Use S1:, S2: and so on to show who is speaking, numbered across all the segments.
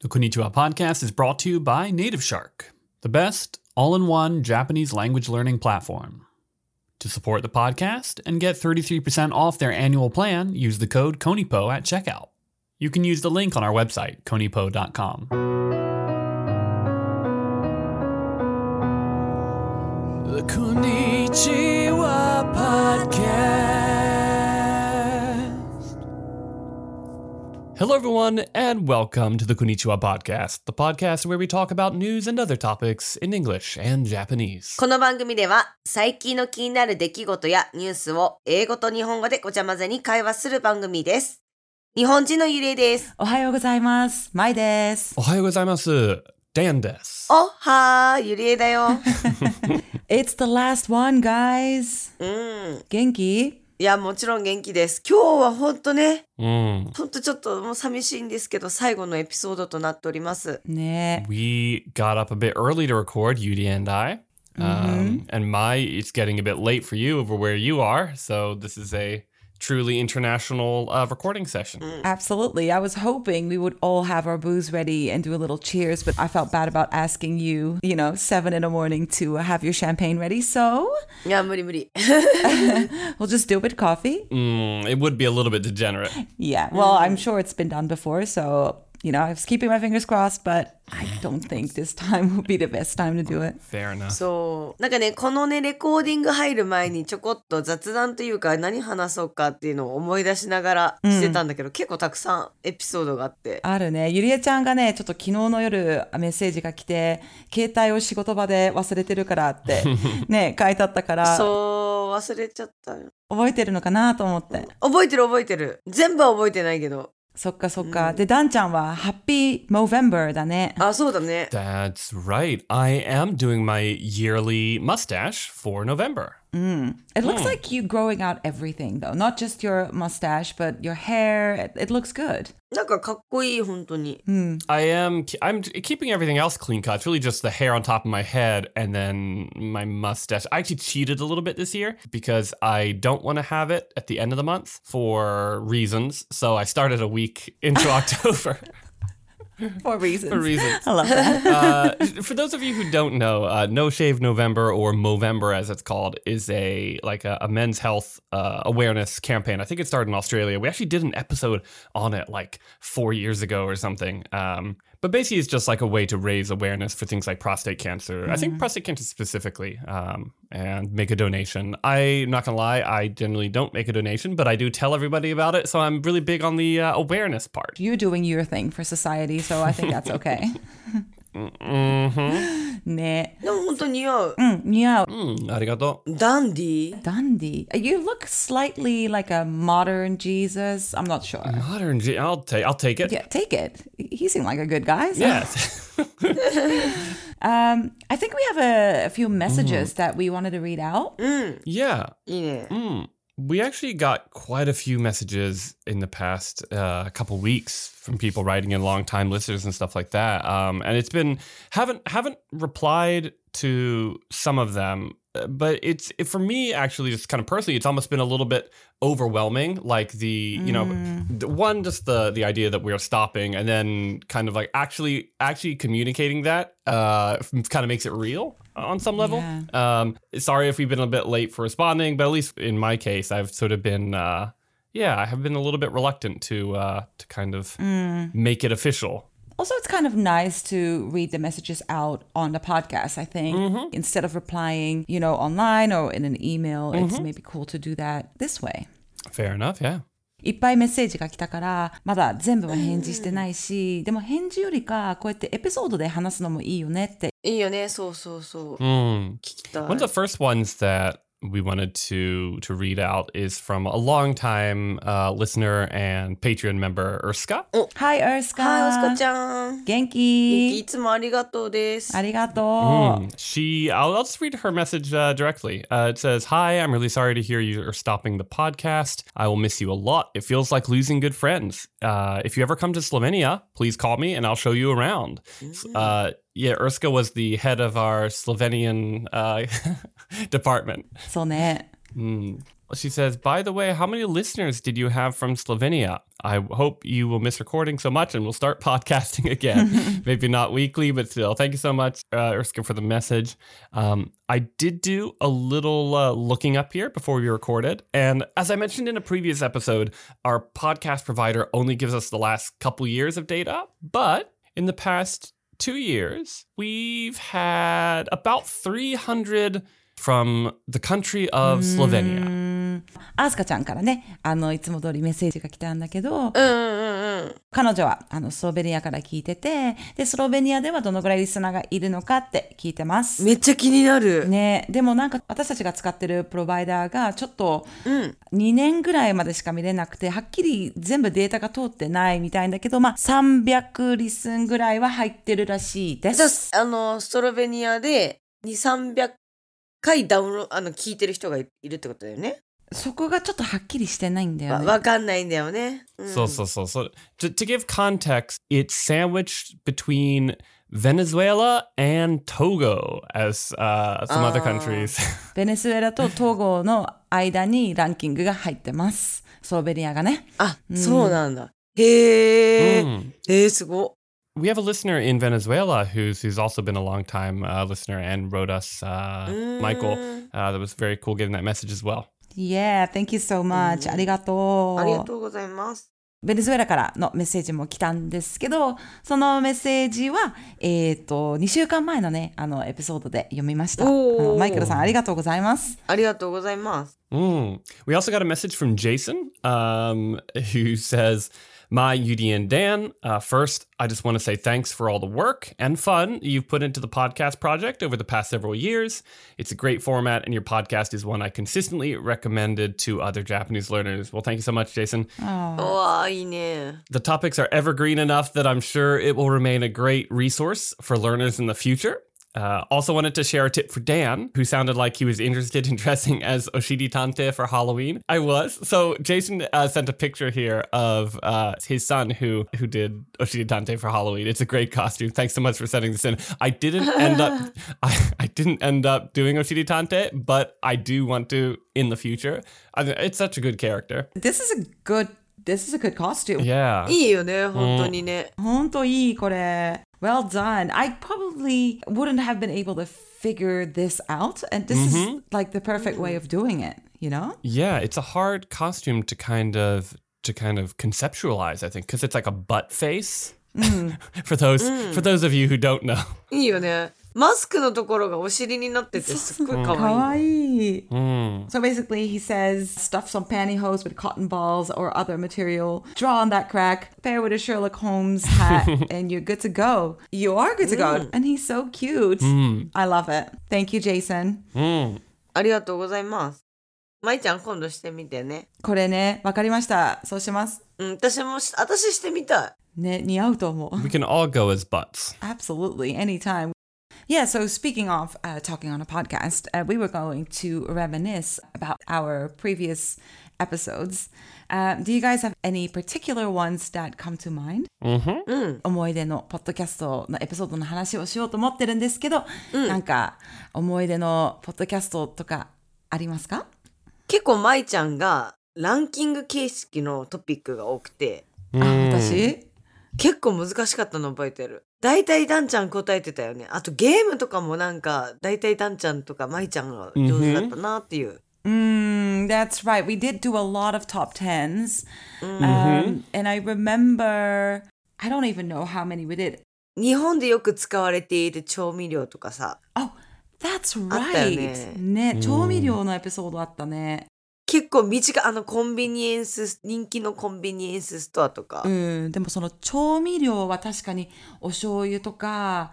S1: The Konnichiwa podcast is brought to you by Native Shark, the best all in one Japanese language learning platform. To support the podcast and get 33% off their annual plan, use the code KONIPO at checkout. You can use the link on our website, konipo.com. The Konnichiwa Podcast. Hello, everyone, and welcome to the Konnichiwa Podcast, the podcast where we talk about news and other topics in English and Japanese.
S2: この番組では最近の気になる出来事やニュースを英語と日本語でごちゃ混ぜに会話する番組です。日本人のゆれいです。
S3: おはようございます。まいです。
S1: おはようございます。Dan です。
S2: おっはー、ゆりえだ よ。
S3: It's the last one, guys.
S2: うん。
S3: 元気
S2: いや、もちろん元気です。今日はほんとね、
S1: うん。
S2: ほんとちょっともう寂しいんですけど、最後のエピソードとなっております。
S3: ね
S1: We got up a bit early to record, Yudi and I. Um, and Mai, it's getting a bit late for you over where you are. So this is a truly international uh, recording session.
S3: Mm. Absolutely. I was hoping we would all have our booze ready and do a little cheers, but I felt bad about asking you, you know, seven in the morning to have your champagne ready. So
S2: いや、無理無理。
S3: we'll just do it with coffee.
S1: Mm, it would be a little bit degenerate.
S3: Yeah. Well, I'm sure it's been done before. So, you know, I was keeping my fingers crossed, but I don't think this time would be the best time to do it.
S1: Fair enough.
S2: そう。なんかね、このね、レコーディング入る前にちょこっと雑談というか何話そうかっていうのを思い出しながらしてたんだけど、結構たくさんエピソードがあって。
S3: あるね。ゆりえちゃんがね、ちょっと昨日の夜メッセージが来て、携帯を仕事場で忘れてるからって ね、書いてあったから、
S2: そう、忘れちゃった。
S3: 覚えてるのかなと思って。
S2: 覚えてる覚えてる全部は覚えてないけど
S3: そっかそっか。で、ダンちゃんは、ハッピーモーヴェンバーだね。
S2: あそうだね
S1: That's right. I am doing my yearly mustache for November.
S3: It looks like you growing out everything though. Not just your mustache, but your hair. It, it looks good.
S2: なんかかっこいい本当に
S1: I am. ke- I'm t- keeping everything else clean cut. It's really just the hair on top of my head and then my mustache. I actually cheated a little bit this year because I don't want to have it at the end of the month for reasons. So I started a week into October.
S3: For reasons.
S1: For reasons.
S3: I love that.
S1: Uh, for those of you who don't know, uh, No Shave November or Movember, as it's called, is a like a, a men's health uh, awareness campaign. I think it started in Australia. We actually did an episode on it like four years ago or something. Um, but basically, it's just like a way to raise awareness for things like prostate cancer. I think prostate cancer specifically, um, and make a donation. I'm not gonna lie, I generally don't make a donation, but I do tell everybody about it. So I'm really big on the uh, awareness part.
S3: You're doing your thing for society, so I think that's okay. mm-hmm. ね。
S2: でも本当に似合う
S3: うん、似合う。
S1: Mm, arigato.
S2: ダンディー
S3: Dandy. You look slightly like a modern Jesus. I'm not sure.
S1: Modern, G- I'll take. I'll take it.
S3: Yeah, take it. He seemed like a good guy. so-
S1: Yes.
S3: Um, I think we have a, a few messages that we wanted to read out.
S2: うん
S1: yeah.
S2: いいね
S1: Mm. We actually got quite a few messages in the past uh, couple weeks from people writing in longtime listeners and stuff like that. Um, and it's been haven't haven't replied to some of them, uh, but it's it, for me actually just kind of personally, it's almost been a little bit overwhelming. Like the you know the one just the the idea that we are stopping and then kind of like actually actually communicating that uh, kind of makes it real on some level.
S3: Yeah.
S1: Um, sorry if we've been a bit late for responding, but at least in my case, I've sort of been, uh, yeah, I have been a little bit reluctant to uh, to kind of make it official.
S3: Also, it's kind of nice to read the messages out on the podcast, I think. Instead of replying, you know, online or in an email, it's maybe cool to do that this way.
S1: Fair enough. Yeah.
S3: いっぱいメッセージが来たから、まだ全部は返事してないし、でも返事よりか、こうやってエピソードで話すのもいいよねって
S2: いいよねそうそうそう聞
S1: Mm.
S2: きたい
S1: One of the first ones that we wanted to to read out is from a longtime uh, listener and Patreon member, Erska.
S3: Hi, エスカ
S2: はいおすかちゃん
S3: 元
S2: 元気
S3: 気
S2: いつもありがとうです
S3: ありがとう、
S1: Mm. She, I'll, I'll just read her message uh, directly. Uh, it says, Hi, I'm really sorry to hear you are stopping the podcast. I will miss you a lot. It feels like losing good friends. Uh, if you ever come to Slovenia, please call me and I'll show you around. Uh, yeah, Erska was the head of our Slovenian uh, department.
S3: そうね。
S1: She says, By the way, how many listeners did you have from Slovenia? I hope you will miss recording so much and we'll start podcasting again. Maybe not weekly, but still. Thank you so much, uh, Erskine, for the message. Um, I did do a little uh, looking up here before we recorded. And as I mentioned in a previous episode, our podcast provider only gives us the last couple years of data, but in the past two years, we've had about 300 from the country of Slovenia.
S3: アスカちゃんからね、あの、いつも通りメッセージが来たんだけど、
S2: うんうんうん。
S3: 彼女は、あの、スロベニアから聞いてて、で、スロベニアではどのぐらいリスナーがいるのかって聞いてます。
S2: めっちゃ気になる。
S3: ね、でもなんか私たちが使ってるプロバイダーがちょっと
S2: うん。
S3: 2年ぐらいまでしか見れなくてはっきり全部データが通ってないみたいんだけど、まあ、300リスンぐらいは入ってるらしいで
S2: じゃ
S3: す。
S2: あ、あの、ストロベニアで2、300回ダウンロード、あの、聞いてる人がいいるってことだよね。
S3: そこがちょっとはっきりしてないんだよ
S2: わ、
S3: ね。
S2: わかんないんだよね。うん
S1: So, so, so, so. To, to give context, it's sandwiched between Venezuela and Togo, as uh, some other
S2: Ah.
S1: countries.
S3: ベネズエラと東郷の間にランキングが入ってます。スロベニアがね。
S2: あ、そうなんだ。へえ、
S1: Mm.
S2: へえ、すごっ。
S1: We have a listener in Venezuela who's who's also been a long time uh, listener and wrote us, uh, Michael.
S2: うん
S1: Uh, that was very cool getting that message as well.
S3: Yeah, thank you so much.
S2: うん
S3: ありがとう。
S2: ありがとうございます。
S3: ベネズエラからのメッセージも来たんですけど、そのメッセージは、えっ、と、2週間前のね、あの、エピソードで読みました。あ
S2: おー
S3: のマイケルさん、ありがとうございます。
S2: ありがとうございます。
S1: Mm. We also got a message from Jason um, who says, My UDN Dan, uh, first, I just want to say thanks for all the work and fun you've put into the podcast project over the past several years. It's a great format, and your podcast is one I consistently recommended to other Japanese learners. Well, thank you so much, Jason.
S2: う
S3: あ
S2: わあ、いいね。
S1: The topics are evergreen enough that I'm sure it will remain a great resource for learners in the future. Uh, also, wanted to share a tip for Dan, who sounded like he was interested in dressing as Oshiri Tante for Halloween. I was. So Jason uh, sent a picture here of uh, his son who who did Oshiri Tante for Halloween. It's a great costume. Thanks so much for sending this in. I didn't end up I, I didn't end up doing Oshiri Tante, but I do want to in the future. I, it's such a good character.
S3: This is a good, this is a good costume.
S1: Yeah.
S2: いいよね、本当にね。
S3: 本当いいこれ Well done. I probably wouldn't have been able to figure this out, and this is like the perfect way of doing it, you know?
S1: Yeah, it's a hard costume to kind of to kind of conceptualize, I think, because it's like a butt face. for those for those of you who don't know.
S2: いいよね。マスクのところがお尻になってて、すっごい可
S3: かわ
S2: 愛い。
S3: いい So basically, he says stuff some pantyhose with cotton balls or other material, draw on that crack, pair with a Sherlock Holmes hat, and you're good to go. You are good to go. And he's so cute. I love it. Thank you, Jason.
S1: Mm.
S2: ありがとうございます。まいちゃん、今度してみてね。
S3: これね、わかりました。そうします。
S2: うん、私もし、私してみたい。
S3: ね、似合うと思う。
S1: We can all go as butts.
S3: Absolutely, anytime. Yeah, so speaking of uh, talking on a podcast, uh, we were going to reminisce about our previous episodes. Um, do you guys have any particular ones that come to mind?
S2: うん。
S3: 思い出のポッドキャストのエピソードの話をしようと思ってるんですけど、なんか思い出のポッドキャストとかありますか
S2: 結構まいちゃんがランキング形式のトピックが多くて、
S3: あ私
S2: 結構難しかったの覚えてる。大体ダンちゃん答えてたよね。あとゲームとかもなんか、大体ダンちゃんとかまいちゃんが上手だったなっていう。
S3: Mm, that's right. We did do a lot of top 10s. Um, and I remember, I don't even know how many we did.
S2: 日本でよく使われている調味料とかさ、
S3: Oh, that's
S2: あったよね。
S3: right. ね、調味料のエピソードあったね。
S2: 結構短い、あのコンビニエンス、人気のコンビニエンスストアとか
S3: う。ん、でもその調味料は確かにお醤油とか、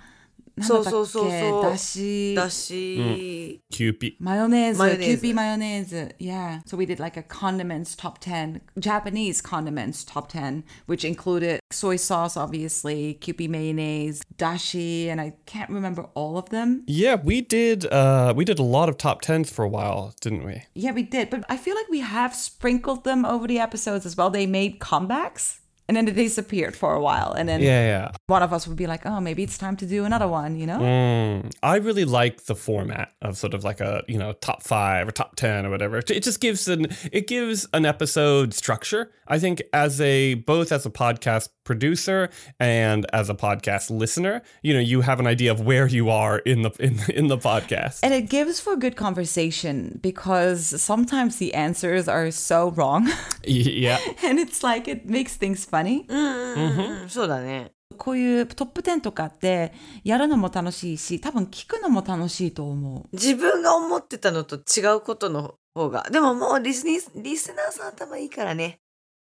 S3: なんだったっけ
S2: そうそうそうそう
S3: だし、
S2: だし、
S1: Cupid.
S3: マヨネーズ、キ
S2: マヨネーズ
S3: ューピーマヨネーズ。Yeah. So we did like a condiments top 10, Japanese condiments top 10, which included soy sauce, obviously, kewpie mayonnaise, dashi, and I can't remember all of them.
S1: Yeah, we did uh we did a lot of top tens for a while, didn't we?
S3: Yeah, we did. But I feel like we have sprinkled them over the episodes as well. They made comebacks. and then they disappeared for a while and then
S1: Yeah,
S3: one of us would be like oh maybe it's time to do another one you know
S1: yeah. Mm. I really like the format of sort of like a you know top five or top ten or whatever. It just gives an it gives an episode structure. I think as a both as a podcast producer and as a podcast listener, you know you have an idea of where you are in the in in the podcast.
S3: and it gives for good conversation because sometimes the answers are so wrong
S1: yeah.
S3: and it's like it makes things funny
S2: うん、そうだね。
S3: こういうトップ10とかってやるのも楽しいし多分聞くのも楽しいと思う
S2: 自分が思ってたのと違うことの方が。でももうリスニリスナーさん頭いいからね。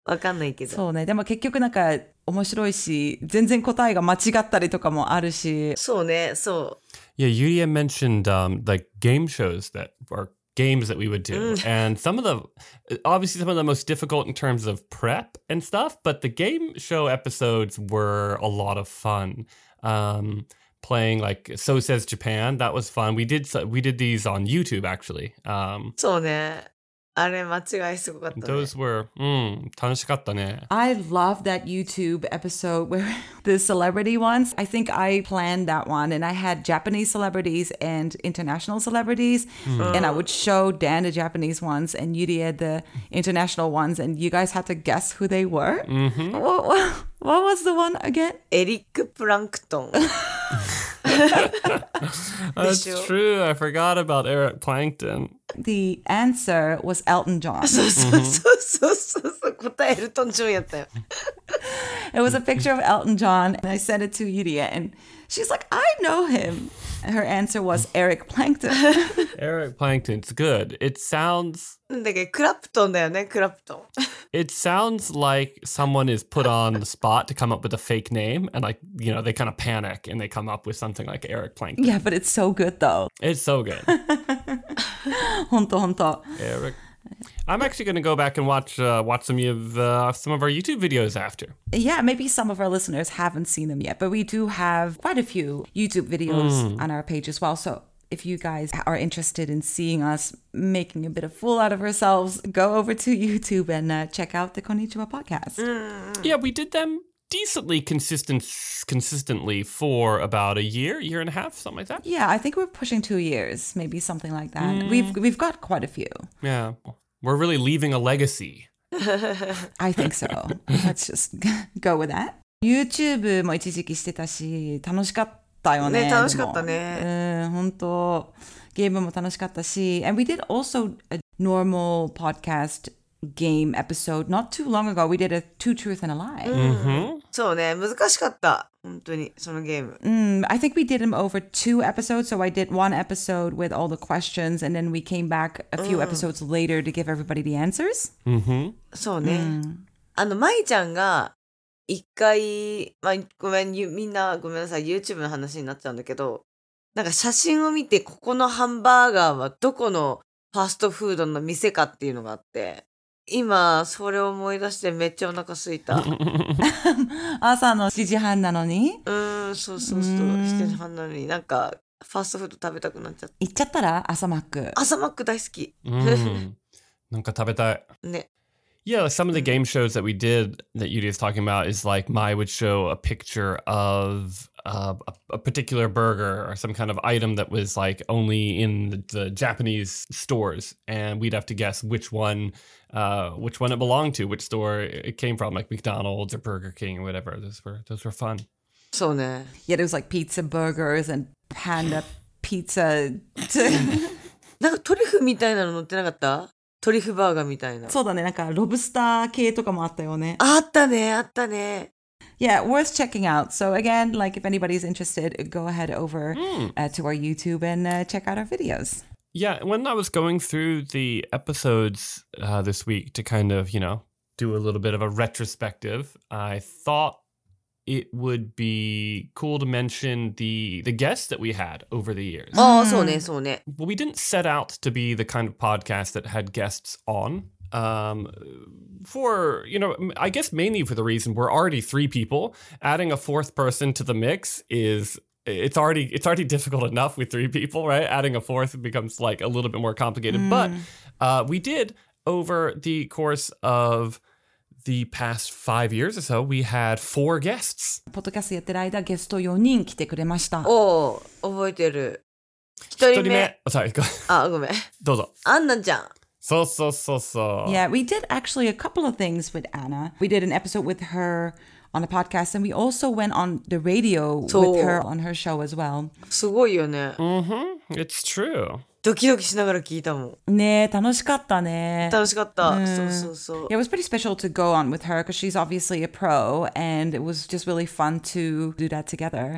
S2: わかんないけど。
S3: そうねでも結局なんか面白いし全然答えが間違ったりとかもあるし
S2: そうね、そ
S1: Yeah, Yulia mentioned um, like game shows that are games that we would do. And some of the, obviously, some of the most difficult in terms of prep and stuff, but the game show episodes were a lot of fun. Um, playing like So Says Japan, that was fun. We did so- we did these on YouTube actually. Um,
S2: う。そうね。あれ間違いすごかった、ね。
S1: those were mm, 楽しかったね.
S3: I love that YouTube episode where the celebrity ones. I think I planned that one and I had Japanese celebrities and international celebrities. And I would show Dan the Japanese ones and Yuria the international ones. And you guys had to guess who they were. Wha- wha- What, was the one again?
S2: エリック・プランクトン。
S1: That's
S2: show.
S1: true. I forgot about Eric Plankton.
S3: The answer was Elton John.
S2: そうそうそうそうそうそう。答えるとんちょんやったよ。
S3: It was a picture of Elton John. And I sent it to Yuria. And she's like, I know him. And her answer was Eric Plankton.
S1: Eric Plankton's good. It sounds
S2: なんだっけ、クラプトンだよね、クラプトン。
S1: It sounds like someone is put on the spot to come up with a fake name, and like you know, they kind of panic and they come up with something like Eric Plankton.
S3: yeah, but it's so good though.
S1: It's so good,
S3: 本当本当。
S1: Eric. I'm actually going to go back and watch uh, watch some of uh, some of our YouTube videos after.
S3: Yeah, maybe some of our listeners haven't seen them yet, but we do have quite a few YouTube videos on our page as well. So if you guys are interested in seeing us making a bit of fool out of ourselves, go over to YouTube and uh, check out the Konnichiwa podcast.
S1: Yeah, we did them decently consistent consistently for about a year, year and a half, something like that.
S3: Yeah, I think we're pushing two years, maybe something like that.
S2: Mm.
S3: We've we've got quite a few.
S1: Yeah, we're really leaving a legacy.
S3: I think so. Let's just go with that. YouTube も一時期してたし、楽しかったよね。
S2: ね楽しかったね
S3: でもうん、本当。ゲームも楽しかったし。And we did also a normal podcast game episode not too long ago. We did a Two Truth and a Lie.
S2: Mm. そうね、難しかった。本当に、そのゲーム。
S3: Mm, I think we did them over two episodes. So I did one episode with all the questions, and then we came back a
S2: Mm.
S3: few episodes later to give everybody the answers.
S1: Mm-hmm.
S2: そうね。あの、舞ちゃんが、一回、まあ、ごめん、ゆみんなごめんなさい、YouTube の話になっちゃうんだけど、なんか写真を見て、ここのハンバーガーはどこのファストフードの店かっていうのがあって、今、それを思い出してめっちゃお腹す いた。う
S1: Mm-hmm.
S3: 朝の7時半なのに、
S2: ーん、そうそうそう、してるはんなのに、なんか、ファストフード食べたくなっちゃった。
S3: 行っちゃったら朝マック。
S2: 朝マック大好き。
S1: Mm. なんか食べたい。
S2: ね。
S1: Yeah, like some of the game shows that we did that Yudi is talking about is like Mai would show a picture of uh, a, a particular burger or some kind of item that was like only in the, the Japanese stores, and we'd have to guess which one, uh, which one it belonged to, which store it came from, like McDonald's or Burger King or whatever. Those were those were fun.
S2: そうね。
S3: Yeah, there was like pizza burgers and panda pizza.
S2: なんかトリュフみたいなの乗ってなかったトリュフバーガーみたいな。
S3: そうだね、なんかロブスター系とかもあったよね。
S2: あったね、あったね。
S3: Yeah, worth checking out. So again, like if anybody's interested, go ahead over
S2: Hmm.
S3: uh, to our YouTube and uh, check out our videos.
S1: Yeah, when I was going through the episodes uh, this week to kind of, you know, do a little bit of a retrospective, I thought it would be cool to mention the the guests that we had over the years.
S2: ああ、そうね、そうね。
S1: Well, we didn't set out to be the kind of podcast that had guests on. Um, for you know, I guess mainly for the reason we're already three people. Adding a fourth person to the mix is it's already it's already difficult enough with three people, right? Adding a fourth becomes like a little bit more complicated. But uh, we did over the course of the past five years or so, we had four guests.
S3: ポッドキャストやってる間、ゲスト4人来てくれました。
S2: おお、覚えてる。一人目。
S1: Oh, sorry, go
S2: あ、ごめん。
S1: どうぞ。
S2: アンナちゃん。
S1: So, so, so, so.
S3: Yeah, we did actually a couple of things with Anna. We did an episode with her on a podcast, and we also went on the radio with
S2: So-
S3: her on her show as well.
S2: すごいよね。
S1: Mm-hmm. It's true.
S2: ドキドキしながら聞いたもん。
S3: ねえ、楽しかったね。
S2: 楽しかった。そうそうそう。
S3: Yeah, it was pretty special to go on with her because she's obviously a pro, and it was just really fun to do that together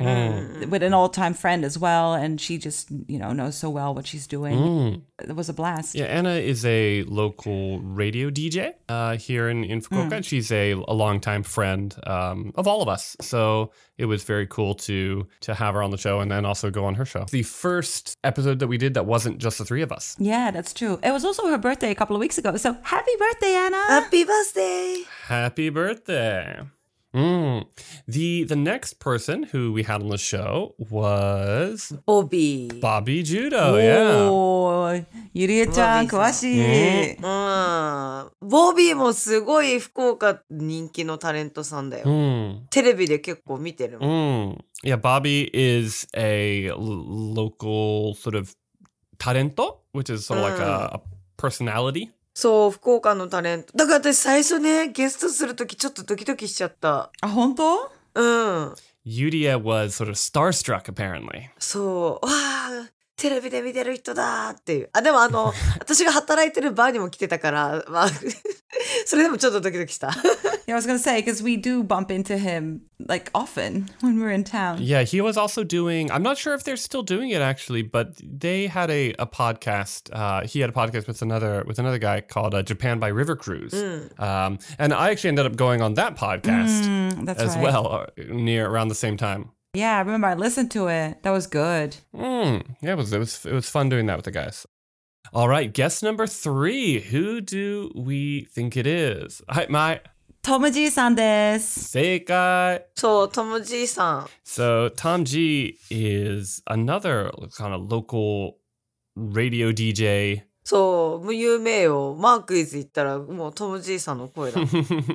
S3: with an all-time friend as well. And she just, you know, knows so well what she's doing. It was a blast.
S1: Yeah, Anna is a local radio DJ uh, here in, in Fukuoka. and She's a, a longtime friend um, of all of us. So it was very cool to to have her on the show and then also go on her show. The first episode that we did that wasn't just the three of us.
S3: Yeah, that's true. It was also her birthday a couple of weeks ago, so happy birthday, Anna!
S2: ハッピーバースデー。
S1: Happy birthday. Mm. The the next person who we had on the show was
S2: ボビー。
S1: Bobby Judo. Yeah.
S3: おーゆりえちゃん、
S2: ボビ
S3: 詳
S2: ーさ
S3: しい。
S2: うん。ボビーもすごい福岡人気のタレントさんだよ。
S1: Mm.
S2: テレビで結構見てるもん。
S1: Mm. Yeah, Bobby is a l- local sort of talento, which is sort of like
S3: Mm.
S1: a, a personality.
S2: そう、福岡のタレント。だから私最初ね、ゲストするときちょっとドキドキしちゃった。
S3: あ、本当
S2: うん。
S1: Yudia was sort of starstruck, apparently.
S2: そう。わあ、テレビで見てる人だーっていう。あ、でもあ の、私が働いてるバーにも来てたから、まあ、 それでもちょっとドキドキした。
S3: Yeah, I was gonna say, because we do bump into him like often when we're in town.
S1: Yeah, he was also doing, I'm not sure if they're still doing it actually, but they had a, a podcast. Uh, he had a podcast with another with another guy called uh, Japan by River Cruise. Um, and I actually ended up going on that podcast
S3: Mm, that's
S1: as
S3: right.
S1: well uh, near around the same time.
S3: Yeah, I remember I listened to it. That was good.
S1: Mm, yeah, it was, it was it was fun doing that with the guys. All right, guess number three. Who do we think it is? Hi, my
S3: トムジーさんです。
S1: Seikai.
S2: そう、ともじいさん。
S1: So Tom G is another kind of local radio DJ.
S2: そう、もう有名よ。マークイズ行ったら、もうトムじいさんの声だ。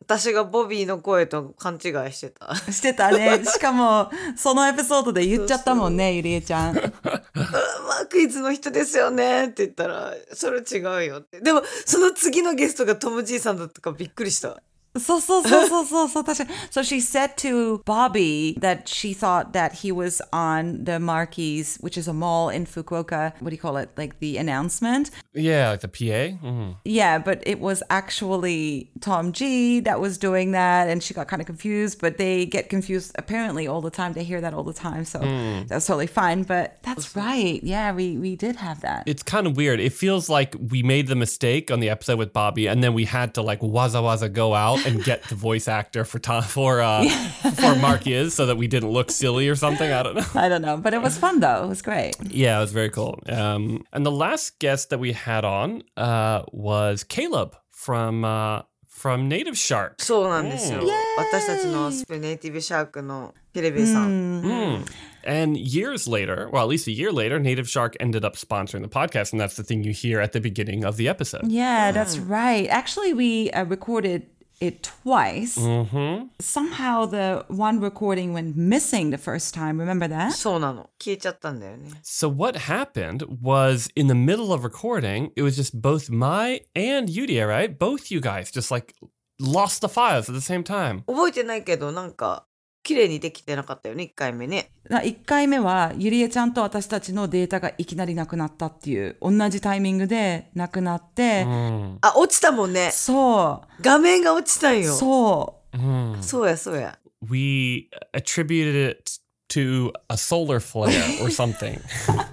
S2: 私がボビーの声と勘違いしてた。
S3: してたね。しかも、そのエピソードで言っちゃったもんね、ゆりえちゃん。
S2: マークイズの人ですよねって言ったら、それ違うよって。でも、その次のゲストがトムじいさんだったからびっくりした。
S3: So so so so so so that's it. So she said to Bobby that she thought that he was on the Marquis, which is a mall in Fukuoka. What do you call it? Like the announcement.
S1: Yeah, like the PA. Mhm.
S3: Yeah, but it was actually Tom G that was doing that, and she got kind of confused. But they get confused apparently all the time. They hear that all the time, so that's totally fine. But Hmm. that's right. Yeah, we we did have that.
S1: It's kind of weird. It feels like we made the mistake on the episode with Bobby, and then we had to like waza waza go out and get the voice actor for Tom for uh, for Mark is so that we didn't look silly or something. I don't know.
S3: I don't know, but it was fun though. It was great.
S1: Yeah, it was very cool. Um, and the last guest that we had on uh, was Caleb from uh, from Native Shark.
S2: そうなんですよ。私たちのスペネイティブシャークのテレビさん。
S1: Mm. And years later, well, at least a year later, Native Shark ended up sponsoring the podcast, and that's the thing you hear at the beginning of the episode.
S3: Yeah, that's right. Actually, we uh, recorded it twice.
S1: Mm-hmm.
S3: Somehow the one recording went missing the first time. Remember that?
S2: そうなの。消えちゃったんだよね。
S1: So what happened was in the middle of recording, it was just both my and Yudia, right? Both you guys just like lost the files at the same time.
S2: 覚えてないけど、なんか、綺麗にできてなかったよね、1回目ね。
S3: だ1回目はゆりえちゃんと私たちのデータがいきなりなくなったっていう同じタイミングでなくなって、
S1: Mm.
S2: あ、落ちたもんね。
S3: そ
S2: 画面が落ちたん
S3: う
S2: よ。そう
S3: そ
S2: や、そうや。
S1: we attributed it to a solar flare or something.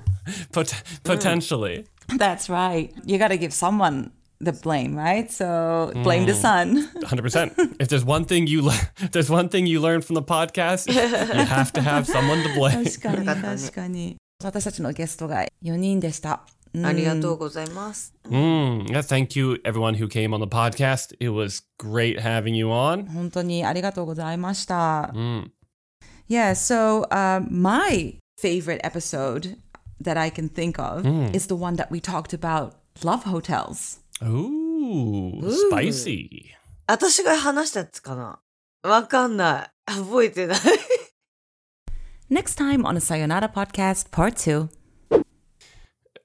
S1: Pot- potentially.
S3: う That's right You gotta give someone the blame right So blame the sun
S1: 100%. if there's one thing you le- if there's one thing you learn from the podcast, you have to have someone to blame.
S3: 確かに確かに私たちのゲストが4人でした、うん
S2: ありがとうございます。
S1: Mm, yeah, thank you everyone who came on the podcast. It was great having you on. Mm.
S3: 本当にありがとうございました、Yeah, so uh, my favorite episode that I can think of is the one that we talked about love hotels.
S1: Ooh, spicy.
S2: 私が話したやつかなわかんない。覚えて ない。
S3: Next time on a Sayonara podcast, part two.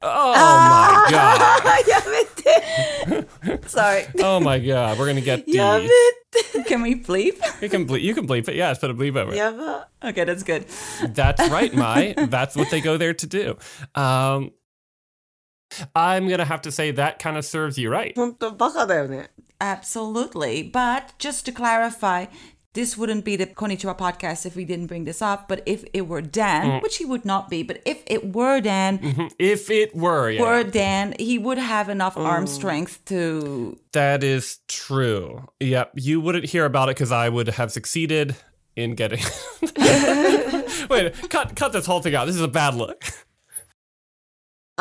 S1: Oh
S2: Ah.
S1: my god.
S2: やめて Sorry.
S1: Oh my god. We're gonna get the.
S2: やめ
S3: Can we bleep?
S1: You can bleep. You can bleep it. Yeah, just put a bleep over it.
S2: てやば。
S3: Okay, that's good.
S1: That's right, Mai. That's what they go there to do. Um, I'm gonna have to say that kind of serves you right.
S2: 本当バカだよね。
S3: Absolutely. But just to clarify, this wouldn't be the Konnichiwa podcast if we didn't bring this up. But if it were Dan, which he would not be, but if it were Dan,
S1: Mm-hmm. If it were, yeah,
S3: were Dan, he would have enough arm strength to.
S1: that is true. Yep, you wouldn't hear about it because I would have succeeded in getting. Wait, cut cut this whole thing out. This is a bad look.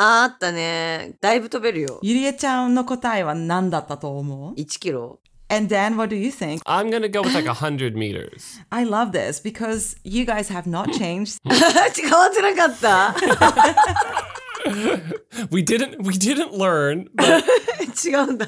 S2: あーあったね。だいぶ飛べるよ。
S3: ゆりえちゃんの答えは何だったと思う？
S2: 1キロ
S3: And Dan, what do you think?
S1: I'm gonna go with like hundred meters.
S3: I love this because you guys have not changed.
S2: 違わってなかった
S1: We didn't we didn't learn, but
S2: 違うんだ。